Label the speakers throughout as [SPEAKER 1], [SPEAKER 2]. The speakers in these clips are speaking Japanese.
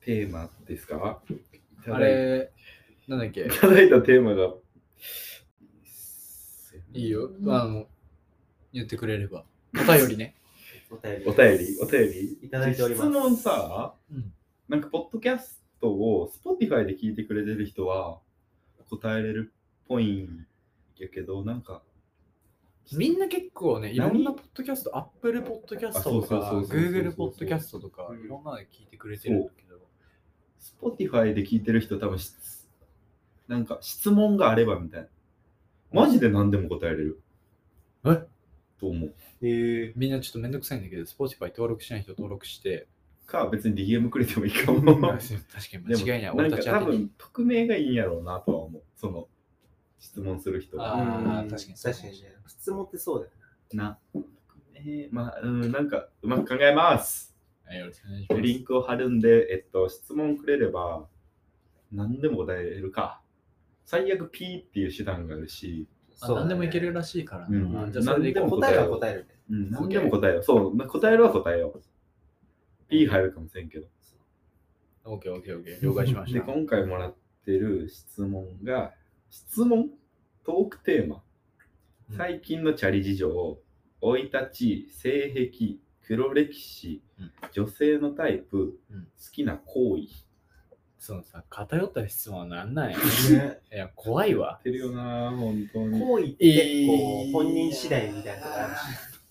[SPEAKER 1] テーマですかいただ
[SPEAKER 2] あ
[SPEAKER 1] い
[SPEAKER 2] れ、なんだっけ
[SPEAKER 1] いただいたテーマが。
[SPEAKER 2] いいよ。あの、言ってくれれば。お便りね。
[SPEAKER 3] お便り。
[SPEAKER 1] お便り、お便り。
[SPEAKER 3] いただいております
[SPEAKER 1] 質問さ、
[SPEAKER 2] うん
[SPEAKER 1] なんか、ポッドキャストを Spotify で聞いてくれてる人は答えれるっぽいんやけど、なんか、
[SPEAKER 2] みんな結構ね、いろんなポッドキャスト、Apple ポッドキャストと
[SPEAKER 1] あそう
[SPEAKER 2] か、
[SPEAKER 1] そうそうそうそうそう
[SPEAKER 2] Google ポッドキャストとか、いろんなので聞いてくれてるんだけど。
[SPEAKER 1] Spotify で聞いてる人多分し、なんか、質問があればみたいな。マジで何でも答えれる。
[SPEAKER 2] え
[SPEAKER 1] と思う。
[SPEAKER 3] え
[SPEAKER 2] みんなちょっとめんどくさいんだけど、Spotify 登録しない人登録して、
[SPEAKER 1] か、別に DM くれてもいいかも。
[SPEAKER 2] 確かに間違いな
[SPEAKER 1] で
[SPEAKER 2] い。
[SPEAKER 1] もな
[SPEAKER 2] 俺
[SPEAKER 1] ん
[SPEAKER 2] た
[SPEAKER 1] か
[SPEAKER 2] ち
[SPEAKER 1] 多
[SPEAKER 2] 宛てに
[SPEAKER 1] 分、匿名がいいんやろうなとは思う。その、質問する人は。
[SPEAKER 2] あ
[SPEAKER 3] うん
[SPEAKER 2] ー確かにそう
[SPEAKER 3] 確かにね。質問ってそうだよね。
[SPEAKER 1] な。えー、まあ、うん、なんか、うまく考えます。
[SPEAKER 2] はいよろしくお願いします
[SPEAKER 1] リンクを貼るんで、えっと、質問くれれば、何でも答えれるか。最悪 P っていう手段があるし、
[SPEAKER 2] あ
[SPEAKER 3] そうだ
[SPEAKER 2] 何
[SPEAKER 3] ね
[SPEAKER 2] でもいけるらしいからな。
[SPEAKER 1] うん
[SPEAKER 2] じゃあ、それでいこ
[SPEAKER 1] 何でも
[SPEAKER 2] う
[SPEAKER 3] 答えは答えるね。
[SPEAKER 1] うん、何でも答えよう。そう、まあ答えるは答えよう。P 入るかもしれんけど。
[SPEAKER 2] オッケーオッケーオッケー。了解しまし
[SPEAKER 1] で、
[SPEAKER 2] た。
[SPEAKER 1] 今回もらってる質問が、質問トークテーマ。
[SPEAKER 2] うん
[SPEAKER 1] 最近のチャリ事情、生い立ち、性癖、黒歴史
[SPEAKER 2] うん、
[SPEAKER 1] 女性のタイプ、
[SPEAKER 2] うん
[SPEAKER 1] 好きな行為。
[SPEAKER 2] そのさ、偏った質問はなんなんや。
[SPEAKER 3] ね
[SPEAKER 2] い や、怖いわ
[SPEAKER 1] っ。てるよな、本当に。
[SPEAKER 3] 行為ってこう本人次第みたいなとこあるし、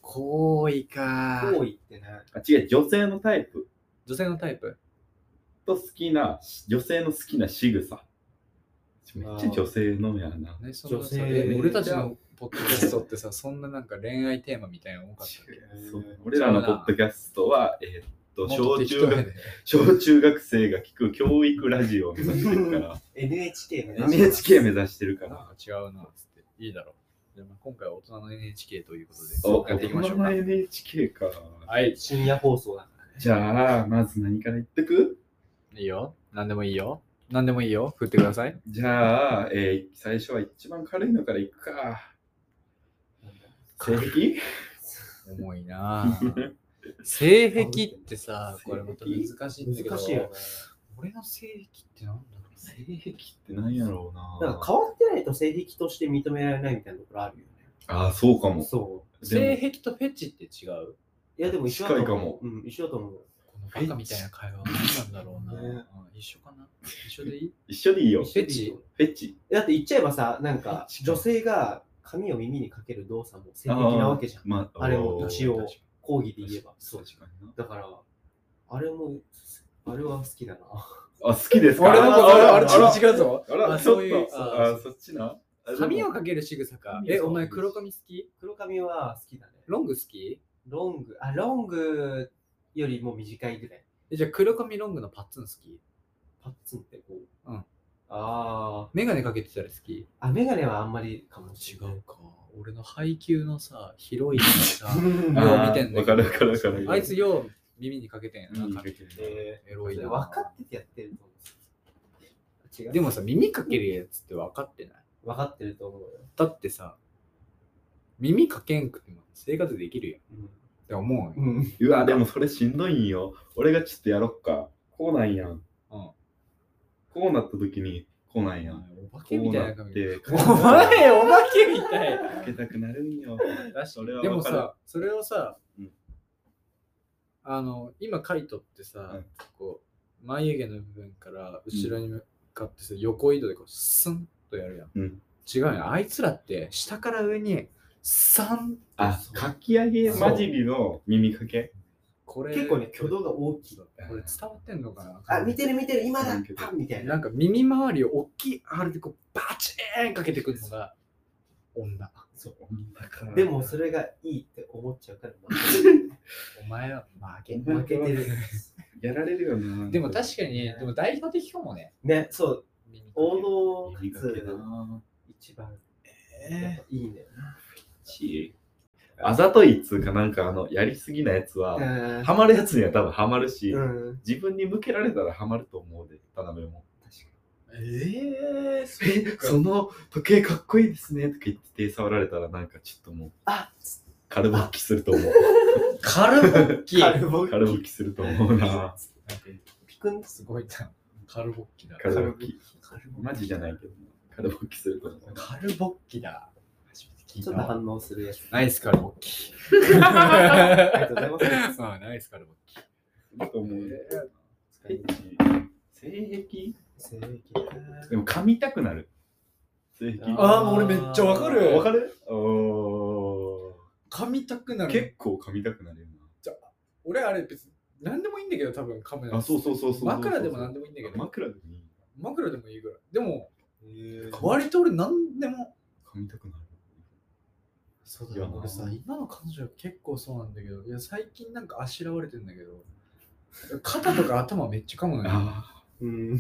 [SPEAKER 2] 行為か
[SPEAKER 3] 行為ってね、
[SPEAKER 1] あ、違う、女性のタイプ
[SPEAKER 2] 女性のタイプ
[SPEAKER 1] と好きな、女性の好きな仕草。めっちゃ女性のやな。
[SPEAKER 2] ね、その
[SPEAKER 3] 女
[SPEAKER 2] さ
[SPEAKER 3] 性
[SPEAKER 2] え俺たちのポッドキャストってさ、そんななんか恋愛テーマみたいなの多かったっけ
[SPEAKER 1] そう俺らのポッドキャストは、えーっと、
[SPEAKER 2] もっと
[SPEAKER 1] 小
[SPEAKER 2] 適
[SPEAKER 1] 中
[SPEAKER 2] 当や
[SPEAKER 1] 学
[SPEAKER 2] で
[SPEAKER 1] 小中学生が聞く教育ラジオを目指してるから、
[SPEAKER 3] NHK の
[SPEAKER 1] NHK 目指してるか
[SPEAKER 2] なん
[SPEAKER 1] ら。
[SPEAKER 2] か違うな、つって。いいだろう。じゃあまあ今回は大人の NHK ということで、
[SPEAKER 1] お、大
[SPEAKER 2] やっていきましょ
[SPEAKER 1] 人
[SPEAKER 2] うか
[SPEAKER 1] の。NHK か。
[SPEAKER 2] はい。
[SPEAKER 3] 深夜放送だからね。
[SPEAKER 1] じゃあ、まず何から言ってく
[SPEAKER 2] いいよ。何でもいいよ。何でもいいよ。振ってください。
[SPEAKER 1] じゃあ、えー最初は一番軽いのからいくか。性癖
[SPEAKER 2] 重いなぁ性癖ってさ、これまた難しいんだけど、
[SPEAKER 3] 難しいよね。
[SPEAKER 2] 俺の性癖ってなんだろう
[SPEAKER 1] 性癖って何やろうな。
[SPEAKER 3] なんか変わってないと性癖として認められないみたいなところあるよね。
[SPEAKER 1] ああ、そうかも。
[SPEAKER 3] そ
[SPEAKER 2] 性
[SPEAKER 1] で
[SPEAKER 2] 癖とフェチって違う
[SPEAKER 3] う。いやでも一緒だと
[SPEAKER 1] 近いか
[SPEAKER 3] 思
[SPEAKER 1] も
[SPEAKER 3] う。うん、一緒だと思う。
[SPEAKER 2] このバカみたいな会話は何なんだろうな、
[SPEAKER 3] ね
[SPEAKER 2] うん一緒かな一緒でいい
[SPEAKER 1] 一緒でいいよ。フ
[SPEAKER 2] フェチ
[SPEAKER 1] ェチ。
[SPEAKER 3] だって言っちゃえばさ、なんか
[SPEAKER 2] フェチか
[SPEAKER 3] 女性が髪を耳にかける動作も性的なわけじゃん。
[SPEAKER 1] ま
[SPEAKER 3] あれも一応
[SPEAKER 1] 確か
[SPEAKER 3] 講義で
[SPEAKER 1] に
[SPEAKER 3] 言えば。
[SPEAKER 1] そう確かにな
[SPEAKER 3] だから、あれも、あれは好きだな。
[SPEAKER 1] あ、好きですか
[SPEAKER 2] あれ
[SPEAKER 3] なん
[SPEAKER 2] あれあれ
[SPEAKER 1] あら
[SPEAKER 2] 違うぞ
[SPEAKER 1] あら、
[SPEAKER 2] あ
[SPEAKER 1] ちょ
[SPEAKER 2] そういう
[SPEAKER 1] っと、
[SPEAKER 2] あ
[SPEAKER 1] あ、そっちな。あ
[SPEAKER 2] 髪を
[SPEAKER 1] でも
[SPEAKER 2] かける仕草か
[SPEAKER 3] 髪を
[SPEAKER 2] え
[SPEAKER 3] そう
[SPEAKER 2] お前黒髪好き
[SPEAKER 3] 黒髪は好きだね。
[SPEAKER 2] ロング好き
[SPEAKER 3] ロング、あ、ロングよりも短いぐらい。
[SPEAKER 2] えじゃあ黒髪ロングのパッツン好き
[SPEAKER 3] パッツンってこう。
[SPEAKER 2] うん
[SPEAKER 3] あ
[SPEAKER 2] メガネかけてたら好き
[SPEAKER 3] あ。あ、メガネはあんまりかもし
[SPEAKER 2] 違
[SPEAKER 3] れない。
[SPEAKER 2] うか俺の配給のさ広い さ
[SPEAKER 3] うん
[SPEAKER 1] あー
[SPEAKER 2] よう見てんだけど
[SPEAKER 1] わかるわかるわかる
[SPEAKER 2] あいつよう耳にかけてんや
[SPEAKER 1] 耳に
[SPEAKER 2] な
[SPEAKER 1] かけ
[SPEAKER 2] 髪
[SPEAKER 1] てる
[SPEAKER 3] で
[SPEAKER 2] エロい
[SPEAKER 3] それ
[SPEAKER 2] な
[SPEAKER 3] 分かっててやってると思う。違う。
[SPEAKER 2] でもさ耳かけるやつって分かってない
[SPEAKER 3] 分かってると思うよ。
[SPEAKER 2] だってさ耳かけんくても生活できるやんっ
[SPEAKER 3] うん
[SPEAKER 2] て思うよ、
[SPEAKER 3] うん。
[SPEAKER 1] うわ、でもそれしんどいんよ。俺がちょっとやろっか。こうなんやん。
[SPEAKER 2] うん
[SPEAKER 1] こうなった時に、こうなんやん。
[SPEAKER 2] お化
[SPEAKER 1] こ
[SPEAKER 2] けみ
[SPEAKER 1] う
[SPEAKER 2] たい
[SPEAKER 1] な
[SPEAKER 2] な
[SPEAKER 1] っ
[SPEAKER 2] 髪。
[SPEAKER 1] て、
[SPEAKER 2] お前、お化けみ たい。
[SPEAKER 1] かけたくなるんよ。それは
[SPEAKER 2] でも
[SPEAKER 1] わかる
[SPEAKER 2] さ、それをさ、
[SPEAKER 1] うん
[SPEAKER 2] あの、今、カイトってさ、
[SPEAKER 1] うん
[SPEAKER 2] こう、眉毛の部分から後ろに向かってさ、横移動でこう、スンとやるやん。
[SPEAKER 1] うん
[SPEAKER 2] 違うよ。あいつらって、下から上に、サン
[SPEAKER 1] あ、かき揚げ混じりの耳かけ。
[SPEAKER 2] これ、
[SPEAKER 3] 結構ね、挙動が大きい。
[SPEAKER 2] これ伝わってんのかな
[SPEAKER 3] あ、見てる見てる、今だ
[SPEAKER 1] うん
[SPEAKER 3] パンみたいな。
[SPEAKER 2] なんか耳周りを大きいあれでこうバチーンかけてくるのが女。
[SPEAKER 3] そう
[SPEAKER 1] だから
[SPEAKER 3] でもそれがいいって思っちゃうから、
[SPEAKER 2] お前は負け
[SPEAKER 3] 負けてる。
[SPEAKER 1] やられるよな。
[SPEAKER 2] でも確かに、でも代表的かもね。
[SPEAKER 3] ね、そう、王道
[SPEAKER 1] 耳
[SPEAKER 3] か
[SPEAKER 1] かけ
[SPEAKER 3] つ
[SPEAKER 1] だな。
[SPEAKER 3] 一番やっ
[SPEAKER 2] え
[SPEAKER 3] ぱいいね。
[SPEAKER 1] しあざといっつうかなんかあのやりすぎなやつは、
[SPEAKER 3] うん
[SPEAKER 1] ハマるやつには多分ハマるし、
[SPEAKER 3] うん。
[SPEAKER 1] 自分に向けられたらハマると思うで田辺も
[SPEAKER 3] 確か
[SPEAKER 2] えー、
[SPEAKER 1] 「えその時計かっこいいですね」とか言って手触られたらなんかちょっともう
[SPEAKER 3] あ
[SPEAKER 1] カルボッキ すると思
[SPEAKER 2] カルボッキ
[SPEAKER 3] に。
[SPEAKER 2] なんか
[SPEAKER 3] ボ
[SPEAKER 1] うカルボッキすると思うな
[SPEAKER 2] びっ
[SPEAKER 3] くん
[SPEAKER 2] すごいな。カルボッキだ。
[SPEAKER 1] カルボッキ。
[SPEAKER 2] カルボッ
[SPEAKER 1] マジじゃないけど、カルボッキすること
[SPEAKER 2] キ。カルボッキだ。初めて聞い
[SPEAKER 3] ち
[SPEAKER 2] た
[SPEAKER 3] ょっと
[SPEAKER 2] わ。
[SPEAKER 3] 反応するやつ。
[SPEAKER 4] ナイスカルボッキ。
[SPEAKER 3] ありがとうございます。
[SPEAKER 4] あナイスカルボッキ。
[SPEAKER 1] だと思う。
[SPEAKER 3] 使い
[SPEAKER 1] 性癖
[SPEAKER 3] 性
[SPEAKER 1] でも噛みたくなる。性癖。
[SPEAKER 3] あー
[SPEAKER 1] わかるお
[SPEAKER 2] 噛みたくな
[SPEAKER 1] ー
[SPEAKER 2] る。
[SPEAKER 1] 結構噛みたくなるよ
[SPEAKER 2] 俺あれ別に何でもいいんだけど、多分噛む
[SPEAKER 1] な。あ、そうそうそうそう。
[SPEAKER 2] 枕でも何でもいいんだけど、
[SPEAKER 1] 枕でもいい。
[SPEAKER 2] 枕でもいいぐらい。でも、
[SPEAKER 3] 癖
[SPEAKER 2] 割と俺何でも。
[SPEAKER 1] 噛みたくなる。
[SPEAKER 2] そう
[SPEAKER 1] だ
[SPEAKER 2] だ
[SPEAKER 1] ね
[SPEAKER 2] よ、俺
[SPEAKER 1] い
[SPEAKER 2] さ、
[SPEAKER 1] や
[SPEAKER 2] 今の彼女は結構そうなんだけど、いや最近なんかあしらわれてんだけど、肩とか頭めっちゃ噛むのよ。
[SPEAKER 1] あ
[SPEAKER 3] うん。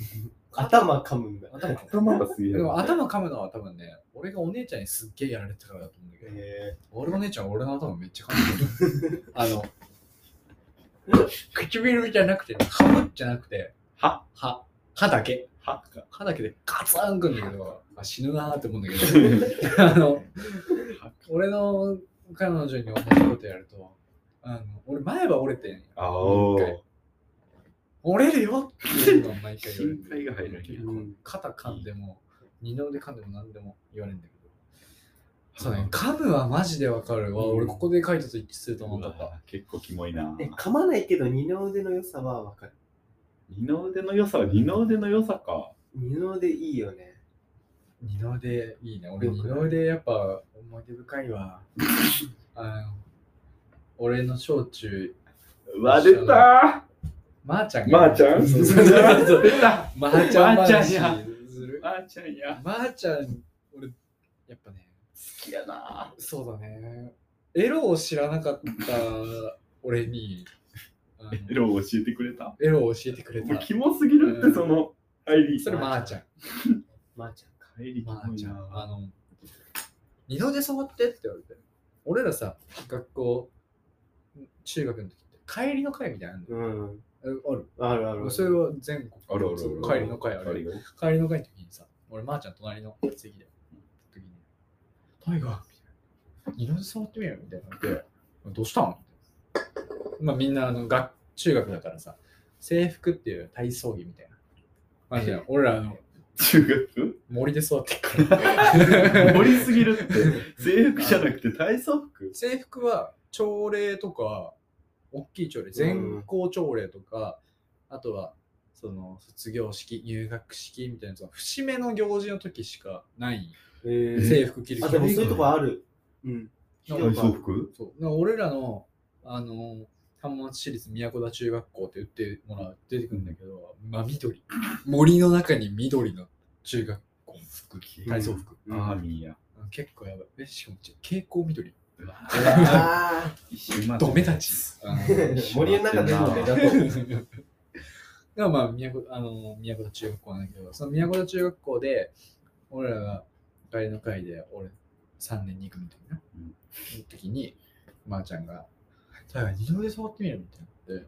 [SPEAKER 3] 頭噛むんだ。
[SPEAKER 2] 頭
[SPEAKER 1] あ、頭がすげえ
[SPEAKER 2] で
[SPEAKER 1] な。
[SPEAKER 2] も頭噛むのは多分ね、俺がお姉ちゃんにすっげえやられてたからだと思うんだけど、
[SPEAKER 3] え
[SPEAKER 2] 俺の姉ちゃん俺の頭めっちゃ噛んでる。あの、唇じゃなくて、歯ぶっじゃなくて、
[SPEAKER 1] 歯
[SPEAKER 2] 歯、歯だけ。
[SPEAKER 1] 歯か。
[SPEAKER 2] 歯だけでカツンくんだけど、あ死ぬなーって思うんだけど、あの、俺の彼女に同じことやると、あの俺前歯折れてんよ
[SPEAKER 1] あ
[SPEAKER 2] も
[SPEAKER 1] お
[SPEAKER 2] う 一
[SPEAKER 1] ー
[SPEAKER 2] 回。折れるよっていうのを毎回言われる。
[SPEAKER 1] 心配が入るね
[SPEAKER 2] うん肩噛んでも、二の腕噛んでも何でも言われるんだけど。そうね、噛むはマジでわかるわ。
[SPEAKER 3] うん
[SPEAKER 2] 俺ここでカイトと一致すると思
[SPEAKER 1] う
[SPEAKER 2] わなかっ
[SPEAKER 1] わ結構キモいな。
[SPEAKER 3] え噛まないけど二の腕の良さはわかる。
[SPEAKER 1] 二の腕の良さは二の腕の良さか。
[SPEAKER 3] 二の腕いいよね。
[SPEAKER 2] た。二の腕いいね。俺
[SPEAKER 3] よくな
[SPEAKER 2] 二
[SPEAKER 3] い
[SPEAKER 2] の腕やっぱ思い出深いわ。あの俺の小中、
[SPEAKER 1] わ、出た
[SPEAKER 2] まー、ちゃん
[SPEAKER 1] ーまーちゃ ん
[SPEAKER 2] そうそうそうそう
[SPEAKER 1] 出た
[SPEAKER 2] まーちゃん
[SPEAKER 1] まーちゃん
[SPEAKER 2] 話
[SPEAKER 1] や
[SPEAKER 2] する。
[SPEAKER 1] まーちゃんや。
[SPEAKER 2] まーちゃん、俺、やっぱね、
[SPEAKER 1] 好きやな。
[SPEAKER 2] そうだね。エロを知らなかった 俺に、あの
[SPEAKER 1] エロを教えてくれた。
[SPEAKER 2] エロを教えてくれ
[SPEAKER 1] もう
[SPEAKER 2] た。
[SPEAKER 1] キモすぎるっ
[SPEAKER 2] う
[SPEAKER 1] て、
[SPEAKER 2] ん
[SPEAKER 1] その、入り。
[SPEAKER 2] それ、まーちゃん。
[SPEAKER 3] まー、ちゃんか。
[SPEAKER 1] 入りキ
[SPEAKER 2] まー
[SPEAKER 1] モい
[SPEAKER 2] ちゃん。
[SPEAKER 1] な。
[SPEAKER 2] あの、二の腕触ってって言われて。俺らさ、学校、中学の時って、帰りの会みたいなの
[SPEAKER 3] うん。
[SPEAKER 2] あるえ
[SPEAKER 3] あるあ
[SPEAKER 2] あ
[SPEAKER 3] る。
[SPEAKER 2] る。それは全国
[SPEAKER 1] あるあるある。
[SPEAKER 2] 帰りの会ある。
[SPEAKER 1] よ。
[SPEAKER 2] 帰りの会の時にさ、俺、まーちゃん隣の席で、時に、タイガーみたいな。二の腕触ってみろよみたいな言われて。どうしたんまあみんなあの学中学だからさ、制服っていう体操着みたいな。マジで、俺らあの
[SPEAKER 1] 中学
[SPEAKER 2] 森で育ってる から。
[SPEAKER 1] 盛りすぎるって。制服じゃなくて体操服
[SPEAKER 2] 制服は朝礼とか、大きい朝礼、全校朝礼とか、あとは、その卒業式、入学式みたいなやつは、節目の行事の時しかない
[SPEAKER 3] えー
[SPEAKER 2] 制服着る
[SPEAKER 3] あ、
[SPEAKER 2] 機
[SPEAKER 3] で
[SPEAKER 2] 会
[SPEAKER 3] もそういうとこある。うん。
[SPEAKER 2] なん
[SPEAKER 1] 体
[SPEAKER 2] か
[SPEAKER 1] 操服
[SPEAKER 2] そうなんか俺らの、あの、浜松市立宮古田中学校って言ってもらう出てくるんだけど、まあ、緑。森の中に緑の中学校服、体操服。
[SPEAKER 3] うん
[SPEAKER 1] アーミーや。
[SPEAKER 2] うん結構やばい。え、しかも、蛍光緑。
[SPEAKER 1] うわ
[SPEAKER 3] あ
[SPEAKER 1] 一周回って
[SPEAKER 2] ドメたち。あの
[SPEAKER 3] ー森の中での目立とう。
[SPEAKER 2] がまあ宮古あの宮古田中学校なんだけど、その宮古田中学校で、俺らが帰りの会で、俺3年に行くみたいな、
[SPEAKER 1] うん
[SPEAKER 2] 時に、まー、ちゃんが、だから二の腕触ってみるみたいなって、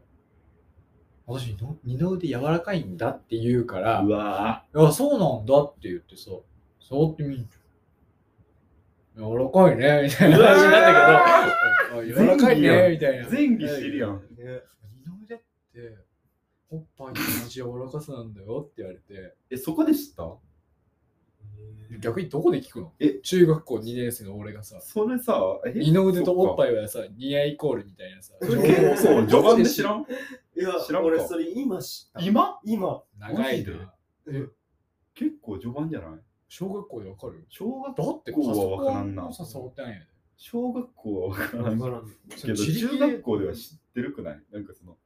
[SPEAKER 2] 私二の二の腕柔らかいんだって言うから、
[SPEAKER 1] うわ
[SPEAKER 2] いや、そうなんだって言ってさ、触ってみるじゃん。柔らかいね、みたいな話になったけど、 あ柔らかいね、みた いな。
[SPEAKER 1] ぁ前儀してるやん。
[SPEAKER 3] ね
[SPEAKER 2] 二の腕って、おっぱいと同じ柔らかさなんだよって言われて、
[SPEAKER 1] え、そこで知った
[SPEAKER 2] 逆にどこで聞くの
[SPEAKER 1] え
[SPEAKER 2] 中学校2年生の俺がさ、
[SPEAKER 1] それさ、え
[SPEAKER 2] 二の腕とおっぱいはさ、似合いイコールみたいなさ、
[SPEAKER 1] それ結構序盤で知らん
[SPEAKER 3] いや
[SPEAKER 1] 知らん、か
[SPEAKER 3] 俺それ今知った。
[SPEAKER 1] 今
[SPEAKER 3] 今。
[SPEAKER 2] 長い
[SPEAKER 1] マ
[SPEAKER 2] な。
[SPEAKER 1] 結構序盤じゃない
[SPEAKER 2] 小学校でわかる
[SPEAKER 1] 小学
[SPEAKER 2] だってパ
[SPEAKER 1] こ
[SPEAKER 2] ソ
[SPEAKER 1] うはわ
[SPEAKER 2] コ
[SPEAKER 1] からん
[SPEAKER 2] ン
[SPEAKER 1] な
[SPEAKER 2] もさ、触ってないよね。
[SPEAKER 1] 小学校は分からんけど、
[SPEAKER 2] その自
[SPEAKER 1] 中
[SPEAKER 2] 力
[SPEAKER 1] 学校では知ってるくないなんかその、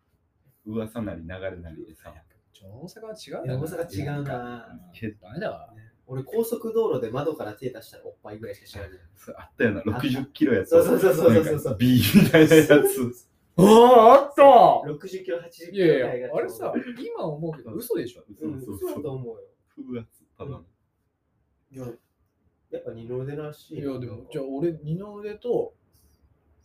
[SPEAKER 1] 噂なり流れなりでさ、
[SPEAKER 2] 大阪は違うん
[SPEAKER 3] い
[SPEAKER 2] だな
[SPEAKER 3] や大阪違うな
[SPEAKER 2] うんダメだわ。
[SPEAKER 3] ね俺高速道路で窓から手出したらおっぱいぐらいしか知らない。
[SPEAKER 1] それあったよな、60キロやつ。
[SPEAKER 3] そうそうそうそうそう
[SPEAKER 1] なんか B みたいなやつ。
[SPEAKER 2] ああ、あった
[SPEAKER 3] 60キロ、80キ ロ
[SPEAKER 2] いやいや、
[SPEAKER 3] ぐらが
[SPEAKER 2] あれさ、今思うけど、嘘でしょ。
[SPEAKER 3] うん、そうだと思うよ。
[SPEAKER 1] 風圧ただの。
[SPEAKER 3] いや、やっぱ二の腕らしい。
[SPEAKER 2] いや、でも、じゃあ俺、二の腕と、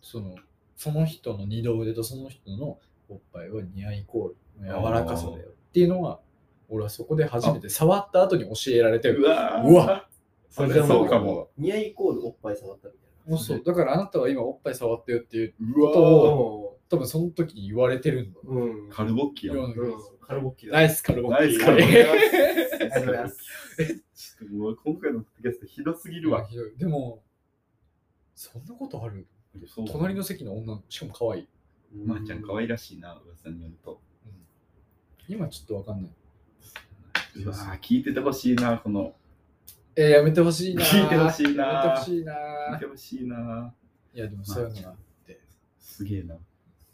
[SPEAKER 2] その、その人の二の腕とその人のおっぱいは似合いイコールの柔らかさだよっていうのは、俺はそこで初めて触った後に教えられて
[SPEAKER 1] う
[SPEAKER 2] る。
[SPEAKER 1] わぁ
[SPEAKER 2] うわ
[SPEAKER 1] それはそうかも。
[SPEAKER 3] 似合いイコールおっぱい触ったみたいな。
[SPEAKER 2] そう、だからあなたは今おっぱい触ってよっていう
[SPEAKER 1] う
[SPEAKER 2] そ
[SPEAKER 1] わぁ
[SPEAKER 3] お
[SPEAKER 2] 多分その時に言われてるんだ。
[SPEAKER 3] うん。
[SPEAKER 1] カルボッキやん。
[SPEAKER 2] ような気がする
[SPEAKER 3] うんカルボッキだ。
[SPEAKER 2] ナイスカルボッキ
[SPEAKER 1] ナイス
[SPEAKER 2] ー
[SPEAKER 1] カルボッキー
[SPEAKER 3] ありがとうございます。
[SPEAKER 1] ちょっともう今回のポッドキャストひどすぎるわ。
[SPEAKER 2] ひどいでも、そんなことある
[SPEAKER 1] そう
[SPEAKER 2] 隣の席の女の子、しかも可愛い。
[SPEAKER 1] まーちゃん可
[SPEAKER 3] い
[SPEAKER 1] 愛らしいな、噂によると。
[SPEAKER 2] 今ちょっとわかんない。
[SPEAKER 1] うわぁ、聞いててほしいな、この。
[SPEAKER 2] えー、やめてほしい な。
[SPEAKER 1] 聞いてほしいな
[SPEAKER 2] やめてほしいな。
[SPEAKER 1] 聞いてほしいな。
[SPEAKER 2] いや、でもそういうのが、
[SPEAKER 1] すげえな。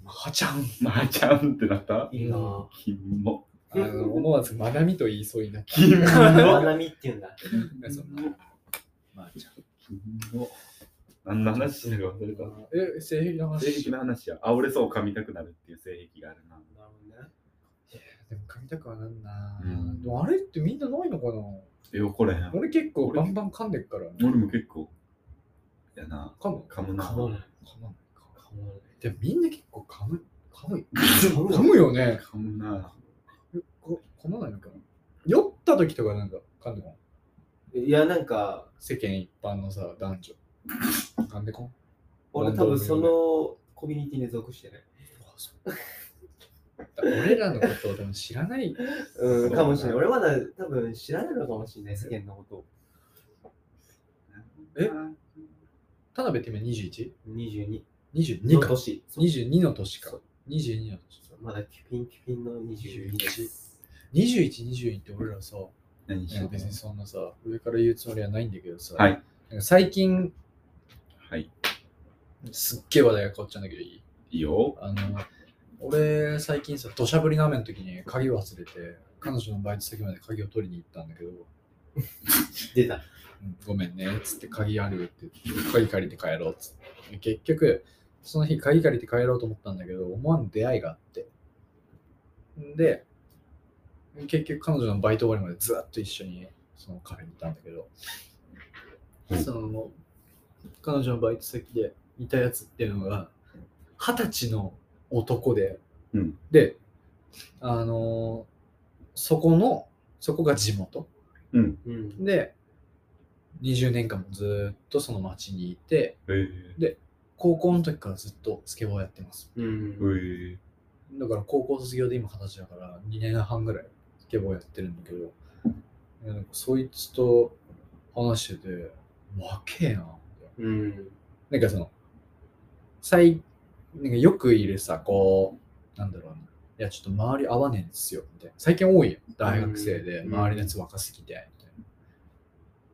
[SPEAKER 2] まーちゃん。
[SPEAKER 1] まーちゃんってなった
[SPEAKER 3] いいなぁ。
[SPEAKER 1] キモ。
[SPEAKER 2] あの思わずまなみと言いそうになった。
[SPEAKER 1] キモ。
[SPEAKER 3] まなみっていうんだ。
[SPEAKER 1] キ
[SPEAKER 2] そんなまーちゃん。
[SPEAKER 1] モ。何の話してるか忘れた。
[SPEAKER 2] え、性癖の
[SPEAKER 1] 性癖
[SPEAKER 2] 話。
[SPEAKER 1] の話や。あ、俺そう噛みたくなるっていう性癖があるな。
[SPEAKER 3] なるほどね。
[SPEAKER 2] でも噛みたくはなんな。
[SPEAKER 1] うん
[SPEAKER 2] でもあれってみんなないのかな
[SPEAKER 1] え、怒らへん。
[SPEAKER 2] 俺結構バンバン噛んでっから。
[SPEAKER 1] 俺も結構。やな。
[SPEAKER 2] 噛む
[SPEAKER 1] 噛むな。
[SPEAKER 3] 噛まない。
[SPEAKER 2] 噛まないか。
[SPEAKER 3] 噛まない。
[SPEAKER 2] でもみんな結構噛む。噛む。
[SPEAKER 3] 噛む
[SPEAKER 2] 噛むよね。
[SPEAKER 1] 噛むな。
[SPEAKER 2] えこ噛まないのかな酔った時とかなんか噛んでこん。
[SPEAKER 3] いや、なんか、
[SPEAKER 2] 世間一般のさ、男女。噛んでこん。
[SPEAKER 3] 俺多分そのコミュニティに属してない。
[SPEAKER 2] 俺らのことを多分知らない。
[SPEAKER 3] うん、かもしれない。俺まだ多分知らないのかもしれない、世間のことを。
[SPEAKER 2] え田辺って今 21?22
[SPEAKER 3] 22。の
[SPEAKER 2] か。
[SPEAKER 3] 年。
[SPEAKER 2] 22の年か。22の年。
[SPEAKER 3] まだキュピンキュピンの22です。
[SPEAKER 2] 21、22って俺らさ、
[SPEAKER 1] 何
[SPEAKER 2] い
[SPEAKER 1] し
[SPEAKER 2] や
[SPEAKER 1] よう
[SPEAKER 2] 別にそんなさ、上から言うつもりはないんだけどさ、
[SPEAKER 1] はい
[SPEAKER 2] なんか最近、
[SPEAKER 1] はい。
[SPEAKER 2] すっげえ話題が変わっちゃうんだけどいい
[SPEAKER 1] いいよ。
[SPEAKER 2] あの、俺、最近さ、土砂降りの雨の時に鍵を忘れて、彼女のバイト先まで鍵を取りに行ったんだけど、
[SPEAKER 3] 出た。
[SPEAKER 2] うんごめんね、つって鍵あるって言って、鍵借りて帰ろうっつって。結局、その日鍵借りて帰ろうと思ったんだけど、思わぬ出会いがあって。んで、結局彼女のバイト終わりまでずっと一緒にそのカフェにいたんだけど、
[SPEAKER 1] うん
[SPEAKER 2] その、彼女のバイト先でいたやつっていうのが、二十歳の男で、
[SPEAKER 1] うん
[SPEAKER 2] で、あのーそこの、そこが地元。
[SPEAKER 3] うん。
[SPEAKER 2] で、20年間もずーっとその町にいて、
[SPEAKER 1] えー
[SPEAKER 2] 高校の時からずっとスケボーやってます。
[SPEAKER 3] う
[SPEAKER 1] え
[SPEAKER 3] ん。
[SPEAKER 1] ー
[SPEAKER 2] だから高校卒業で今二十歳だから2年半ぐらいスケボーやってるんだけど、いやなんかそいつと話してて、わけえな。
[SPEAKER 3] うん。
[SPEAKER 2] なんかその、最、なんかよくいるさ、こう、なんだろうな。いや、ちょっと周り合わねえんですよ、みたいな。最近多いやん。大学生で、
[SPEAKER 3] うん
[SPEAKER 2] 周りのやつ若すぎて、みたいな。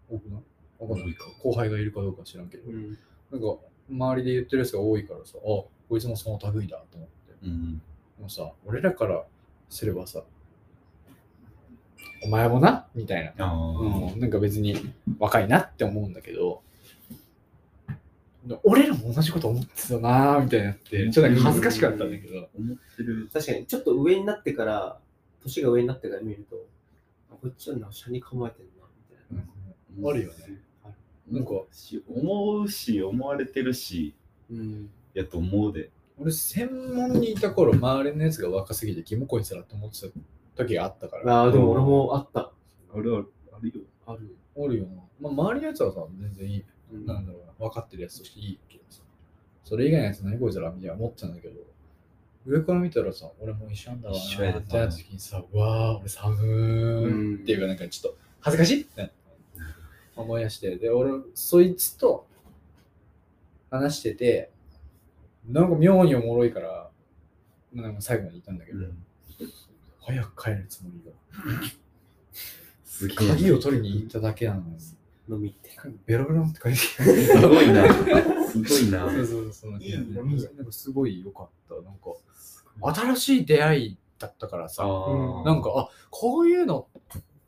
[SPEAKER 2] 多くないわかんない後輩がいるかどうか知らんけど。
[SPEAKER 3] うん。
[SPEAKER 2] なんか、周りで言ってるやつが多いからさ、あ、こいつもその類だと思って。
[SPEAKER 1] うん。
[SPEAKER 2] でもさ、俺らからすればさ、お前もなみたいな。
[SPEAKER 1] ああ。
[SPEAKER 2] うん、なんか別に若いなって思うんだけど、俺らも同じこと思ってたなーみたいになって、ちょっとなんか恥ずかしかったんだけど、
[SPEAKER 1] 思ってる。
[SPEAKER 3] 確かに、ちょっと上になってから、年が上になってから見ると、あこっちはな、車に構えてるな、みたい
[SPEAKER 2] あるよね。
[SPEAKER 1] な
[SPEAKER 2] なんん
[SPEAKER 1] か
[SPEAKER 2] か、
[SPEAKER 1] 思うし、思われてるし、
[SPEAKER 3] な。うん。
[SPEAKER 1] やと思うで。
[SPEAKER 2] 俺専門にいた頃、周りのやつが若すぎてキモこいつらって思ってた時があったから、
[SPEAKER 3] ああ、でも俺もあった。
[SPEAKER 1] あるある、あるよ。
[SPEAKER 3] ある。
[SPEAKER 2] おるよな。まあ、周りのやつはさ、全然いい。
[SPEAKER 3] うん
[SPEAKER 2] なんだろうな、分かってるやつとしていいけどさ、それ以外のやつ何こいつらみたいな思ってたんだけど、上から見たらさ、俺も一緒なんだわな
[SPEAKER 1] 一緒やで
[SPEAKER 2] ってなった時にさ、うわー、俺寒ーっていうか、なんかちょっと恥ずかしいって思い出して、で、俺、そいつと話してて、なんか妙におもろいから、まあなんか最後までいたんだけど、早く帰るつもりが。
[SPEAKER 1] すげえ。
[SPEAKER 2] 鍵を取りに行っただけなのに、
[SPEAKER 3] 飲みって。
[SPEAKER 2] ベロベロって帰ってきて。
[SPEAKER 1] すごい な。すごいな。
[SPEAKER 2] そうそうそう。
[SPEAKER 3] いいね
[SPEAKER 2] なんかすごい良かった。なんか、新しい出会いだったから
[SPEAKER 1] あ
[SPEAKER 2] さ、
[SPEAKER 1] あ。
[SPEAKER 2] なんか、あこういうのっ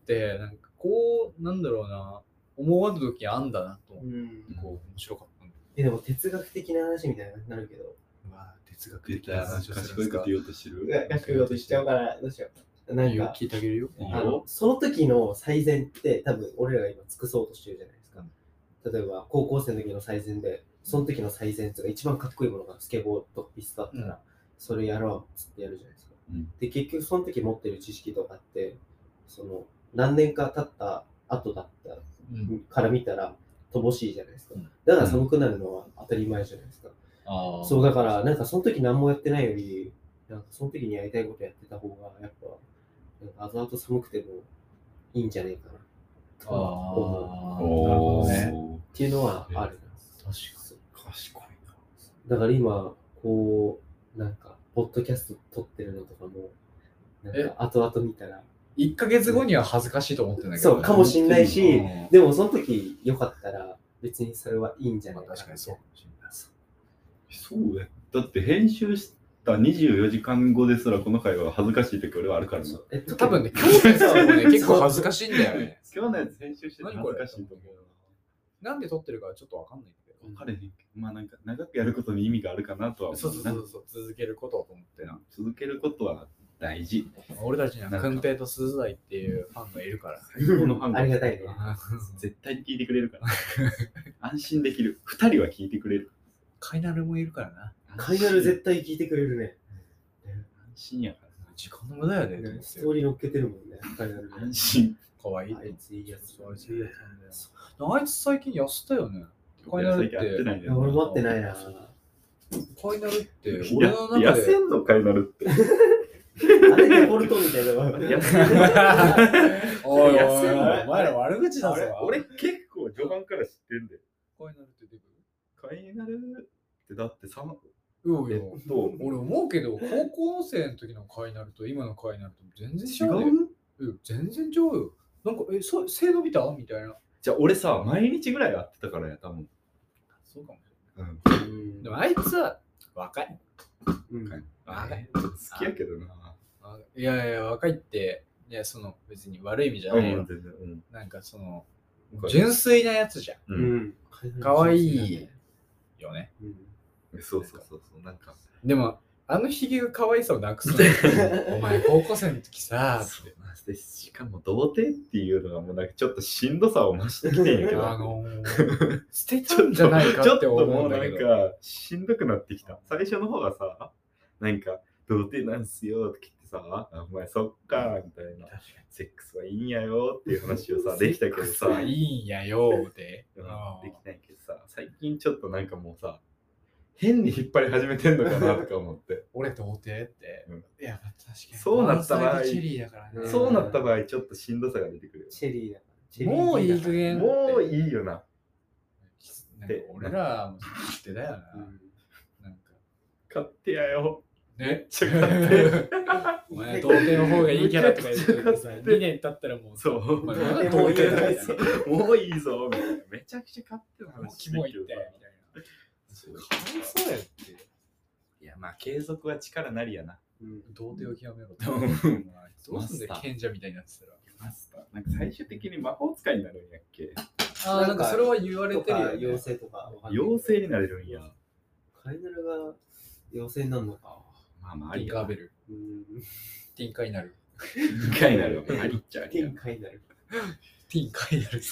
[SPEAKER 2] て、なんかこう、なんだろうな、思わぬ時あんだなと思って、
[SPEAKER 3] ん
[SPEAKER 2] こう、面白かったんだ
[SPEAKER 3] えでも哲学的な話みたいになるけど、
[SPEAKER 2] うわ哲学
[SPEAKER 1] 出
[SPEAKER 2] 的
[SPEAKER 1] た
[SPEAKER 2] な
[SPEAKER 1] 賢
[SPEAKER 2] 話をするんで
[SPEAKER 1] い
[SPEAKER 2] す
[SPEAKER 1] こと
[SPEAKER 2] か。
[SPEAKER 1] 言おうとしてる。
[SPEAKER 3] 学業としちゃうから、どうしよう。ないん
[SPEAKER 2] いよ
[SPEAKER 3] か、
[SPEAKER 2] 聞いてあげるよ。
[SPEAKER 1] いい
[SPEAKER 3] あの
[SPEAKER 1] よ。
[SPEAKER 3] その時の最善って多分俺らが今尽くそうとしてるじゃないですか。例えば高校生の時の最善で、その時の最善とか一番かっこいいものがスケボーとピストだったら、
[SPEAKER 2] うん
[SPEAKER 3] それやろうっつってやるじゃないですか。
[SPEAKER 1] うん
[SPEAKER 3] で、結局その時持ってる知識とかって、その何年か経った後だった
[SPEAKER 2] うん
[SPEAKER 3] から見たら乏しいじゃないですか
[SPEAKER 2] うん。
[SPEAKER 3] だから寒くなるのは当たり前じゃないですか。
[SPEAKER 2] ああ。
[SPEAKER 3] そうだから、なんかその時何もやってないより、なんかその時にやりたいことやってた方が、やっぱ、なんか後々寒くてもいいんじゃないかな。
[SPEAKER 2] ああ。なる
[SPEAKER 1] お
[SPEAKER 2] ほ
[SPEAKER 1] お
[SPEAKER 2] どね。
[SPEAKER 3] っていうのはある。
[SPEAKER 2] 確か
[SPEAKER 3] そう
[SPEAKER 1] 賢いな。
[SPEAKER 3] だから今、こう、なんか、ポッドキャスト撮ってるのとかも、なん
[SPEAKER 2] え
[SPEAKER 3] か後々見たら、
[SPEAKER 2] に。1ヶ月後には恥ずかしいと思ってんだけどね。
[SPEAKER 3] そうかもしんないし
[SPEAKER 2] うん、
[SPEAKER 3] でもその時よかったら、別にそれはいいんじゃ
[SPEAKER 2] ま
[SPEAKER 3] な
[SPEAKER 2] あ
[SPEAKER 3] いかな。
[SPEAKER 2] 確かにそうかもしんない。
[SPEAKER 1] そうや。だって編集した24時間後ですらこの会話が恥ずかしい時俺はあるからな。
[SPEAKER 3] えっと
[SPEAKER 2] 多分ね、今日のやつも ね、結構恥ずかしいんだよね。
[SPEAKER 1] 今日のやつ編集してて
[SPEAKER 2] 何
[SPEAKER 1] 恥
[SPEAKER 2] こ
[SPEAKER 1] ず
[SPEAKER 2] れ
[SPEAKER 1] かしいと思うよ
[SPEAKER 2] なんで撮ってるかちょっとわかんないんだけ
[SPEAKER 1] な。彼に、まあなんか長くやることに意味があるかなとは思
[SPEAKER 2] ど。そうそうそう
[SPEAKER 1] な
[SPEAKER 2] うそう、続けることをと思ってな。
[SPEAKER 1] 続けることは大事。
[SPEAKER 2] 俺たちには
[SPEAKER 1] なんか
[SPEAKER 2] 訓定と鈴代っていうファンがいる から。
[SPEAKER 1] 最高のファン
[SPEAKER 3] ありがたいね。
[SPEAKER 1] 絶対に聞いてくれるから。 安心できる。二人は聞いてくれる。
[SPEAKER 2] カイナルもいるからな。
[SPEAKER 3] カイナル絶対聞いてくれるね。
[SPEAKER 1] 安心やからな。
[SPEAKER 2] 時間の無駄やで、と思っ
[SPEAKER 3] ス
[SPEAKER 2] て
[SPEAKER 3] トーリー乗っけてるもんね、カイナルね。
[SPEAKER 1] 安心。
[SPEAKER 2] かわいいと
[SPEAKER 3] あ
[SPEAKER 2] 思
[SPEAKER 3] い
[SPEAKER 2] って。
[SPEAKER 3] ついいやつ。
[SPEAKER 2] あいついいやつなんだよあいつ最近痩せたよね。カイナル
[SPEAKER 1] 最
[SPEAKER 2] っ
[SPEAKER 1] 近会っ
[SPEAKER 2] て
[SPEAKER 1] てないん
[SPEAKER 3] い
[SPEAKER 1] だ
[SPEAKER 3] や
[SPEAKER 1] よ
[SPEAKER 3] 俺
[SPEAKER 1] な。
[SPEAKER 3] 待ってないな。
[SPEAKER 2] カイナルって、
[SPEAKER 1] い
[SPEAKER 2] 俺
[SPEAKER 1] や
[SPEAKER 2] の中
[SPEAKER 1] 痩せ
[SPEAKER 2] で。
[SPEAKER 1] んのかいなるって。
[SPEAKER 3] あれデフォルトみたいなのが。
[SPEAKER 1] 痩せんの
[SPEAKER 2] おいおいおい、
[SPEAKER 1] 痩せんの
[SPEAKER 2] お前ら悪口だ
[SPEAKER 1] あれ
[SPEAKER 2] ぞ。
[SPEAKER 1] 俺、結構序盤から知ってんだよ。
[SPEAKER 2] カイナルって出てく
[SPEAKER 1] カイナルってだってさ、
[SPEAKER 2] るうん
[SPEAKER 1] え
[SPEAKER 2] よ。
[SPEAKER 1] っと、
[SPEAKER 2] 俺思うけど、高校生の時のカイナルと今のカイナルと全然違
[SPEAKER 1] 違
[SPEAKER 2] うね。
[SPEAKER 1] う
[SPEAKER 2] うん全然違うよ。なんか、え、そ背伸びたみたいな。
[SPEAKER 1] じゃあ俺さ、毎日ぐらい会ってたからや、多分。
[SPEAKER 2] そうかもし
[SPEAKER 1] う
[SPEAKER 2] れ
[SPEAKER 1] ん。
[SPEAKER 3] うん
[SPEAKER 2] ない。でもあいつは若い。
[SPEAKER 3] うん
[SPEAKER 1] あ
[SPEAKER 2] あ
[SPEAKER 1] れ好きやけどな。
[SPEAKER 2] あいやいや、若いって、いや、その別に悪い意味じゃ
[SPEAKER 1] う
[SPEAKER 2] ない
[SPEAKER 1] ん、
[SPEAKER 2] よ
[SPEAKER 1] 全。然。うん
[SPEAKER 2] なんかその、
[SPEAKER 1] 僕は
[SPEAKER 2] 純粋なやつじゃ
[SPEAKER 1] う。
[SPEAKER 3] うんん。
[SPEAKER 2] かわいいんよね。
[SPEAKER 3] うん。
[SPEAKER 1] そうそうそうそう。なんか、
[SPEAKER 2] でも、あのひげが可愛さをなくすの よお前、高校生の時さ、
[SPEAKER 1] そうなんですでしかも童貞っていうのがもうなんかちょっとしんどさを増してきてんやけど。
[SPEAKER 2] あのー、捨てたんじゃないか
[SPEAKER 1] ちょっ
[SPEAKER 2] って
[SPEAKER 1] と
[SPEAKER 2] 思
[SPEAKER 1] も
[SPEAKER 2] う
[SPEAKER 1] うんな
[SPEAKER 2] だけ
[SPEAKER 1] ん
[SPEAKER 2] ど。
[SPEAKER 1] かしんどくなってきた。最初の方がさ、なんか童貞なんすよって来てさ、あお前そっかみたいな。セックスはいいんやよっていう話をさ、 できたけどさ、
[SPEAKER 2] いいんやよーで。
[SPEAKER 1] うん
[SPEAKER 2] あ
[SPEAKER 1] できないけどさ、最近ちょっとなんかもうさ、変に引っ張り始めてんのかなとか思って。
[SPEAKER 2] 俺童貞って。
[SPEAKER 1] うん
[SPEAKER 2] いや、まあ確かに。
[SPEAKER 1] そうなった場合
[SPEAKER 2] ワンサイドチェリーだから
[SPEAKER 3] うん
[SPEAKER 2] ね。
[SPEAKER 1] そうなった場合、ちょっとしんどさが出てくる
[SPEAKER 3] チェリーだからチェリーだから。
[SPEAKER 2] もういい加減。
[SPEAKER 1] よ。もういいよな。
[SPEAKER 2] なんか俺らも知ってだよな。
[SPEAKER 3] うん
[SPEAKER 2] なんか。
[SPEAKER 1] 買ってやよ。
[SPEAKER 2] ね。
[SPEAKER 1] ちゃ勝手
[SPEAKER 2] お前、童貞の方がいいキャラとか言ってるさ、2年経ったらもう、
[SPEAKER 1] そう。
[SPEAKER 2] お
[SPEAKER 1] も
[SPEAKER 2] 前、
[SPEAKER 1] う
[SPEAKER 2] まだ
[SPEAKER 3] も
[SPEAKER 2] 童
[SPEAKER 3] ういいよ
[SPEAKER 2] 貞だよ。
[SPEAKER 1] いいぞ。みたいなめちゃくちゃ買ってる
[SPEAKER 2] もう
[SPEAKER 1] 話
[SPEAKER 2] キモいって、みたいな。
[SPEAKER 1] そう
[SPEAKER 2] かわいそうやって。
[SPEAKER 1] いや、まあ、継続は力なりやな。
[SPEAKER 3] うん
[SPEAKER 2] 童貞を極めろって。
[SPEAKER 1] うん
[SPEAKER 2] どうすんだよ、賢者みたいになってたら。
[SPEAKER 1] マスターなんか最終的に魔法使いになるんやっけ
[SPEAKER 2] あーなんかそれは言われ
[SPEAKER 3] と
[SPEAKER 2] てる
[SPEAKER 3] か、
[SPEAKER 2] よ、ね。
[SPEAKER 3] 妖精とかわかんないけど。
[SPEAKER 1] 妖精になれるんや。
[SPEAKER 3] カイナルが妖精になるのか。
[SPEAKER 1] まあまあ、あ
[SPEAKER 2] ティ
[SPEAKER 1] り
[SPEAKER 2] ン
[SPEAKER 1] や
[SPEAKER 2] カ
[SPEAKER 1] な
[SPEAKER 2] ーベル。
[SPEAKER 3] うん。
[SPEAKER 2] ティンカーになる。
[SPEAKER 1] 一回なるありっちゃありや
[SPEAKER 3] 天カイナル。
[SPEAKER 2] ティンカーになる。ティン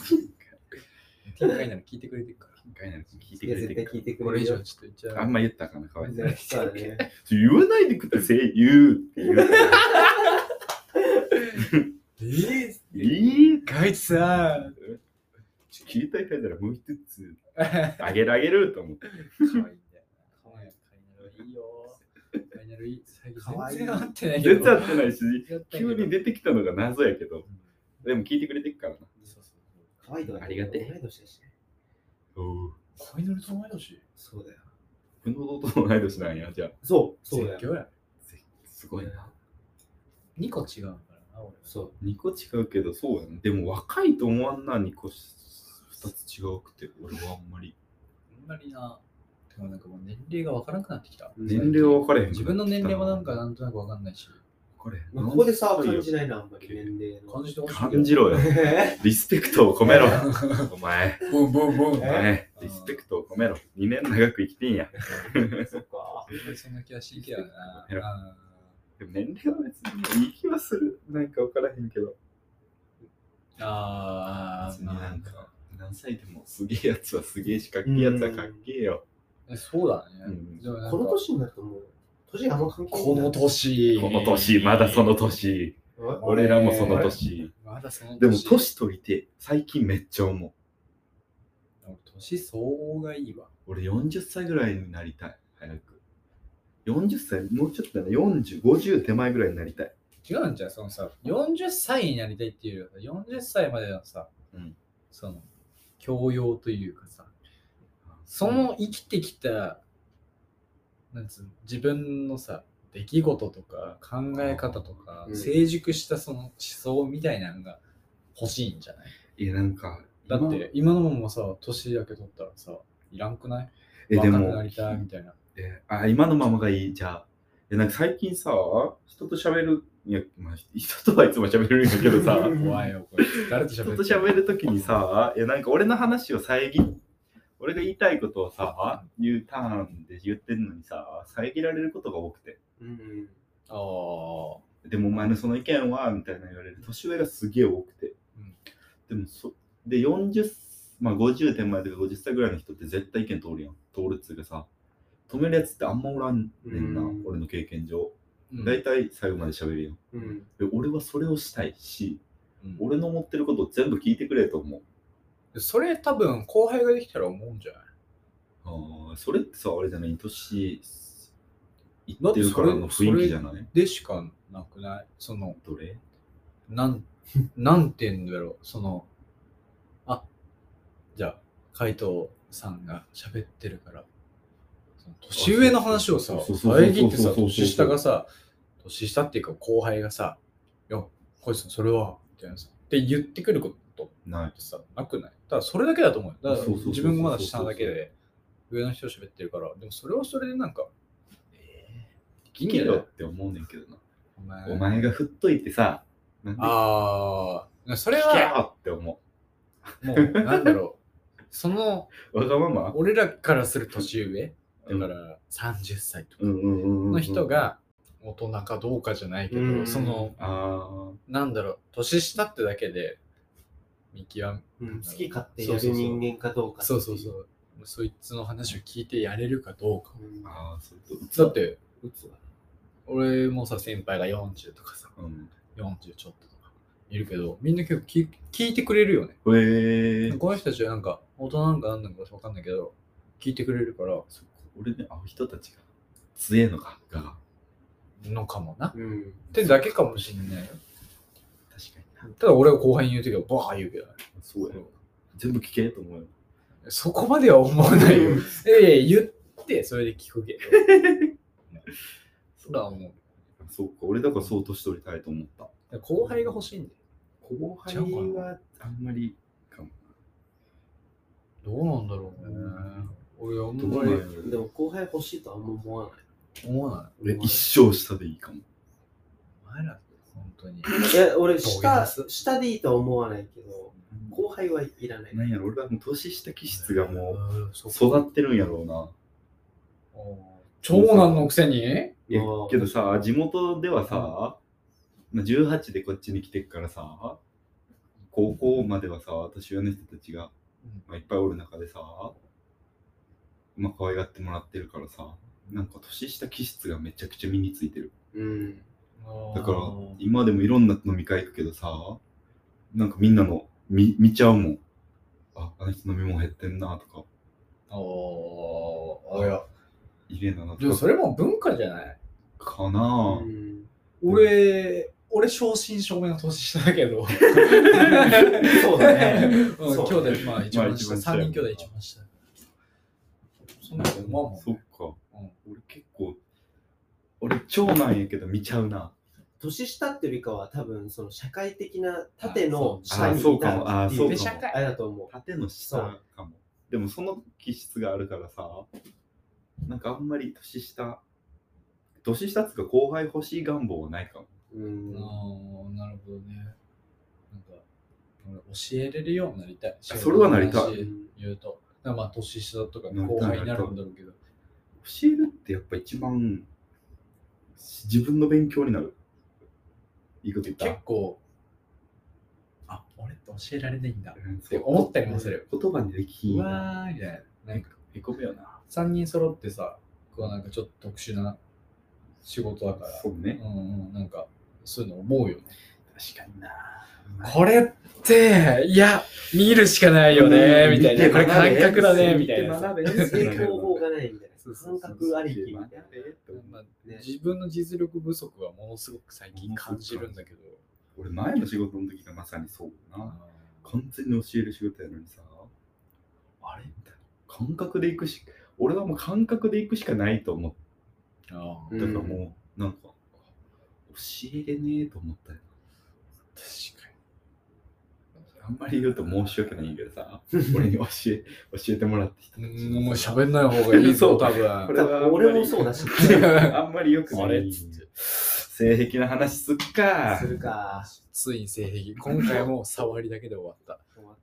[SPEAKER 2] カーになる。聞いてくれてるか
[SPEAKER 1] 一回なる聞いて
[SPEAKER 3] い
[SPEAKER 1] く
[SPEAKER 3] や、
[SPEAKER 1] れて
[SPEAKER 3] 絶対
[SPEAKER 1] るか
[SPEAKER 3] 聞いて
[SPEAKER 2] ら。
[SPEAKER 3] く
[SPEAKER 2] こ
[SPEAKER 3] れ
[SPEAKER 2] れ以
[SPEAKER 3] る
[SPEAKER 2] 上
[SPEAKER 3] よ。
[SPEAKER 2] ちょっと言っちゃう。
[SPEAKER 1] あんま言ったらあかんな、かわいそう。
[SPEAKER 3] そうだね。
[SPEAKER 1] 言わないでください、言うって言う。
[SPEAKER 2] えー、
[SPEAKER 1] いい
[SPEAKER 2] ガイツさん。
[SPEAKER 1] 聞いたい回ならもう一つ
[SPEAKER 2] 可愛いん
[SPEAKER 1] あげるあげると思って。
[SPEAKER 2] だよな。可愛い。カイナルいいよ。カイナルいい。最近全然合ってないけ
[SPEAKER 1] 全
[SPEAKER 2] ど。
[SPEAKER 1] 然合ってないし、
[SPEAKER 2] やったけど
[SPEAKER 1] 急に出てきたのが謎やけど、でも聞いてくれてるからな。
[SPEAKER 2] そうそう
[SPEAKER 3] 可愛いとか
[SPEAKER 1] ありがてえ
[SPEAKER 3] 同い年だしね
[SPEAKER 1] お
[SPEAKER 2] カイナルと同い年
[SPEAKER 3] そうだよ。
[SPEAKER 1] この弟と同い年なんや、じゃあ。
[SPEAKER 3] そう、そうだよ。
[SPEAKER 2] 絶叫や。
[SPEAKER 1] すごいな。
[SPEAKER 2] 2個違うからな、俺。
[SPEAKER 3] そう。
[SPEAKER 1] 2個違うけど、そうやな。でも若いと思わんな、2個し2つ違うくて、俺はあんまり。
[SPEAKER 2] あんまりな。でもなんかもう年齢がわからなくなってきた。
[SPEAKER 3] うん
[SPEAKER 1] 年齢は分かれへん。
[SPEAKER 2] 自分の年齢もなんかなんとなくわかんないし。
[SPEAKER 1] 分かれへん。
[SPEAKER 3] まあここでさ、
[SPEAKER 1] そうよ
[SPEAKER 3] 感じないな、あんまり年齢の。
[SPEAKER 2] 感じてほしいけど。
[SPEAKER 1] 感じろよ。リスペクトを込めろ。お前、
[SPEAKER 2] ボンボンボン。
[SPEAKER 1] お前リスペクトを込めろ。2年長く生きてんや。
[SPEAKER 3] そっか。
[SPEAKER 2] そんな気がしてきやな。
[SPEAKER 1] いや
[SPEAKER 2] あ
[SPEAKER 1] でも年齢は別にいい気はする。なんか分からへんけど。
[SPEAKER 2] ーあ
[SPEAKER 1] 別
[SPEAKER 2] ー、
[SPEAKER 1] にな
[SPEAKER 2] ま
[SPEAKER 1] んか、何歳でもすげえやつはすげえし、かっけえやつはかっけえよ。
[SPEAKER 2] あ、そうだね。
[SPEAKER 1] うん
[SPEAKER 2] でもなんか
[SPEAKER 3] この年になるともう、年あんま関係ない。
[SPEAKER 2] この年。
[SPEAKER 1] この年、まだその。年。
[SPEAKER 3] うん。
[SPEAKER 1] 俺らもその年。
[SPEAKER 2] まだその年。
[SPEAKER 1] でも年取りて、最近めっちゃ思う。
[SPEAKER 2] 俺年相応がいいわ。
[SPEAKER 1] 俺40歳ぐらいになりたい。早く。40歳、もうちょっとだね、40、50手前ぐらいになりたい。
[SPEAKER 2] 違うんじゃん、そのさ、40歳になりたいっていうよりはさ、40歳までのさ、
[SPEAKER 1] うん
[SPEAKER 2] その、教養というかさ、その生きてきた、なんつうの、自分のさ、出来事とか考え方とか、
[SPEAKER 3] うん
[SPEAKER 2] 成熟したその思想みたいなのが欲しいんじゃない
[SPEAKER 1] いや、なんか、
[SPEAKER 2] だって、今のままさ、年だけ取ったらさ、いらんくない
[SPEAKER 1] 今、え、で
[SPEAKER 2] 若くな
[SPEAKER 1] も、
[SPEAKER 2] りたいみたいな。
[SPEAKER 1] えあ、今のままがいい、じゃあ。え、なんか最近さ、人と喋る、いや、まあ、人とはいつも喋れるんだけど さ、
[SPEAKER 2] 怖いよ、これ。誰と喋
[SPEAKER 1] 人
[SPEAKER 2] る
[SPEAKER 1] と喋るときにさ、いや、なんか俺の話を遮っ俺が言いたいことをさ、言うターンで言ってんのにさ、遮られることが多くて。
[SPEAKER 3] うん。
[SPEAKER 2] ああ。
[SPEAKER 1] でもお前のその意見はみたいな言われる年上がすげえ多くて、でもそで40まあ50手前とか50歳ぐらいの人って絶対意見通るやん通るっつうかさ止めるやつってあんまおらんねんな、
[SPEAKER 3] うん
[SPEAKER 1] 俺の経験上
[SPEAKER 2] うん
[SPEAKER 1] 大体最後まで喋るやん
[SPEAKER 3] うん。
[SPEAKER 1] で俺はそれをしたいし
[SPEAKER 2] うん
[SPEAKER 1] 俺の思ってることを全部聞いてくれと思う
[SPEAKER 2] それ多分後輩ができたら思うんじゃない
[SPEAKER 1] あーそれってさあれじゃない年い
[SPEAKER 2] だ
[SPEAKER 1] っ
[SPEAKER 2] ってて
[SPEAKER 1] る
[SPEAKER 2] そ
[SPEAKER 1] か
[SPEAKER 2] れ
[SPEAKER 1] らの雰囲気じゃない
[SPEAKER 2] でしかなくないその、
[SPEAKER 1] どれ
[SPEAKER 2] なん、なんて言うんだろうその、あ、じゃあ、海藤さんが喋ってるから、その年上の話をさ、
[SPEAKER 1] そうそうそうそう
[SPEAKER 2] 遮って
[SPEAKER 1] そ
[SPEAKER 2] さ、
[SPEAKER 1] うそうそう
[SPEAKER 2] 年下がさ、年下っていうか後輩がさ、いや、こいつそれは、みたいなさ、って言ってくることっ
[SPEAKER 1] ない
[SPEAKER 2] てさ、なくないただそれだけだと思うよ。だから
[SPEAKER 1] そうそうそうそう
[SPEAKER 2] 自分がまだ下なだけで、上の人喋ってるから、でもそれはそれでなんか、
[SPEAKER 1] 聞けよって思うねんけどな、
[SPEAKER 2] お前
[SPEAKER 1] お前が振っといてさなんで
[SPEAKER 2] ああ、それ
[SPEAKER 1] 聞け
[SPEAKER 2] は
[SPEAKER 1] よって思
[SPEAKER 2] もうなんだろう。その
[SPEAKER 1] う。わがまま
[SPEAKER 2] 俺らからする年上、だから30歳とかの
[SPEAKER 1] の
[SPEAKER 2] 人、が大人かどうかじゃないけ
[SPEAKER 3] う
[SPEAKER 2] ど、
[SPEAKER 3] ん
[SPEAKER 2] その
[SPEAKER 1] あ
[SPEAKER 2] なんだろう、年下ってだけで見極め、
[SPEAKER 3] うん、好き勝手やる人間かどうか。
[SPEAKER 2] そうそうそうう、そいつの話を聞いてやれるかどうか。
[SPEAKER 3] うん
[SPEAKER 1] ー、あー、そういうこ
[SPEAKER 2] だって、
[SPEAKER 3] 打つわ。
[SPEAKER 2] 俺もさ、先輩が40とかさ、
[SPEAKER 1] と。うん。
[SPEAKER 2] 40ちょっととかいるけど、みんな結構聞聞いてくれるよね。
[SPEAKER 1] えー、
[SPEAKER 2] この人たちはなんか大人なんかなんなのかわかんないけど聞いてくれるから
[SPEAKER 1] そっか俺ね、あの人たちが強えのかが。
[SPEAKER 2] のかもなっ
[SPEAKER 3] うん。
[SPEAKER 2] てだけかもしんないよ
[SPEAKER 1] 確かに
[SPEAKER 2] ただ俺は後輩に言うときはバー言うけどね
[SPEAKER 1] な。そうやろ。全部聞けと思うよ。
[SPEAKER 2] そこまでは思わないよええ言ってそれで聞くけどそれは思
[SPEAKER 1] そうか、俺だからそう年取りたいと思った。
[SPEAKER 2] う後輩が欲しいんだよ
[SPEAKER 1] 後輩
[SPEAKER 2] ちゃうか
[SPEAKER 1] はあんまりかも。
[SPEAKER 2] どうなんだろうね俺あん
[SPEAKER 1] どう
[SPEAKER 2] ま
[SPEAKER 1] なんや
[SPEAKER 2] り
[SPEAKER 1] ろ
[SPEAKER 3] でも後輩欲しいとあんま思わない。
[SPEAKER 2] 思わない
[SPEAKER 1] 俺一生下でいいかも。
[SPEAKER 2] お前ら本当に
[SPEAKER 3] いや、俺、
[SPEAKER 2] ボケま
[SPEAKER 3] 下、
[SPEAKER 2] す
[SPEAKER 3] 下でいいとは思わないけど、後輩はいらない。
[SPEAKER 1] なんやろ、俺はもう年下気質がも
[SPEAKER 2] うん
[SPEAKER 1] う
[SPEAKER 2] そ
[SPEAKER 1] 育
[SPEAKER 2] こ
[SPEAKER 1] ってるんやろうな。
[SPEAKER 2] 長男のくせに
[SPEAKER 1] いや
[SPEAKER 3] あー
[SPEAKER 1] けどさ、地元ではさ、まあ18でこっちに来てっからさ、高校まではさ、年上の人たちが、
[SPEAKER 2] うん
[SPEAKER 1] まあ、いっぱいおる中でさ、まあ可愛がってもらってるからさ、なんか年下気質がめちゃくちゃ身についてる。
[SPEAKER 3] うん。
[SPEAKER 1] だから、今でもいろんな飲み会行くけどさ、なんかみんなの見見ちゃうもん。あ、あの人飲み物減ってんなとか、
[SPEAKER 2] あーあいや
[SPEAKER 1] 入れんだな
[SPEAKER 2] でも
[SPEAKER 1] と
[SPEAKER 2] それも文化じゃない
[SPEAKER 1] か、かなぁ。
[SPEAKER 3] うん
[SPEAKER 2] 俺、俺、正真正銘の年下だけど。
[SPEAKER 3] そうだね。
[SPEAKER 2] うん
[SPEAKER 3] そう
[SPEAKER 2] 兄弟、まあ一
[SPEAKER 1] ま
[SPEAKER 2] 番下、
[SPEAKER 1] あ一番下
[SPEAKER 2] 3人兄弟一番下。そんなこと思わんもん
[SPEAKER 1] そっか。
[SPEAKER 2] うん
[SPEAKER 1] 俺結構、俺長男やけど見ちゃうな。
[SPEAKER 3] 年下っていうよりかは多分その社会的な縦の
[SPEAKER 1] あ
[SPEAKER 3] 下に
[SPEAKER 1] そう
[SPEAKER 3] い
[SPEAKER 1] か
[SPEAKER 3] た
[SPEAKER 1] もあ
[SPEAKER 3] ってい
[SPEAKER 1] そううか
[SPEAKER 3] ね
[SPEAKER 1] も
[SPEAKER 3] あれだと思
[SPEAKER 1] 縦の下かも。でもその気質があるからさ、なんかあんまり年下、年下っつうか後輩欲しい願望はないかも。
[SPEAKER 3] う。うん。
[SPEAKER 2] ああ、なるほどね。なんか、俺、教えれるようになりたい。
[SPEAKER 1] あそれはなりたい
[SPEAKER 2] 仕事の話言うと。だからまあ、年下とか後輩になるんだろうけど。
[SPEAKER 1] 教えるってやっぱ一番自分の勉強になる。いいこと言った。
[SPEAKER 2] 結構、あ、俺って教えられないんだっ
[SPEAKER 1] うんそ
[SPEAKER 2] て
[SPEAKER 1] う
[SPEAKER 2] 思ったりもする。
[SPEAKER 1] 言葉にでき
[SPEAKER 2] うん
[SPEAKER 1] な。
[SPEAKER 2] わーみたいな。なんか
[SPEAKER 1] へこむよな。
[SPEAKER 2] 3人揃ってさ、こうなんかちょっと特殊な仕事だから、
[SPEAKER 1] そうね。
[SPEAKER 2] うんうん、なんかそういうの思うよね。
[SPEAKER 1] 確かにな。
[SPEAKER 2] これって、いや、見るしかないよね、みたいな。これ感覚だね、みたいな。
[SPEAKER 1] 学べ
[SPEAKER 3] 成功法がないみたいな。
[SPEAKER 4] そうそう
[SPEAKER 3] 感覚ありきみたいな。
[SPEAKER 4] まあ
[SPEAKER 3] ね
[SPEAKER 4] 自分の実力不足はものすごく最近感じるんだけど、
[SPEAKER 1] 俺前の仕事の時がまさにそうだな。完全に教える仕事やのにさ、あれみたいな。感覚で行くし、俺はもう感覚で行くしかないと思って
[SPEAKER 2] あ
[SPEAKER 3] う
[SPEAKER 1] だ
[SPEAKER 3] ん
[SPEAKER 1] からもう、なんか、教えれねえと思ったよ。
[SPEAKER 2] 確か
[SPEAKER 1] あんまり言うと申し訳ないけど さ、俺に教え教えてもらった人たち
[SPEAKER 2] に。もう喋んない方がいい
[SPEAKER 1] そ
[SPEAKER 2] ぞ、
[SPEAKER 1] う
[SPEAKER 2] 多
[SPEAKER 1] こ
[SPEAKER 2] 分。
[SPEAKER 1] れはあんまり
[SPEAKER 3] 俺もそうだ し。
[SPEAKER 1] あんまりよくな
[SPEAKER 2] あれ
[SPEAKER 1] い。性癖の話すっか
[SPEAKER 3] す。るか。
[SPEAKER 4] ついに性癖、今回も触りだけで終わった。
[SPEAKER 3] 終わっ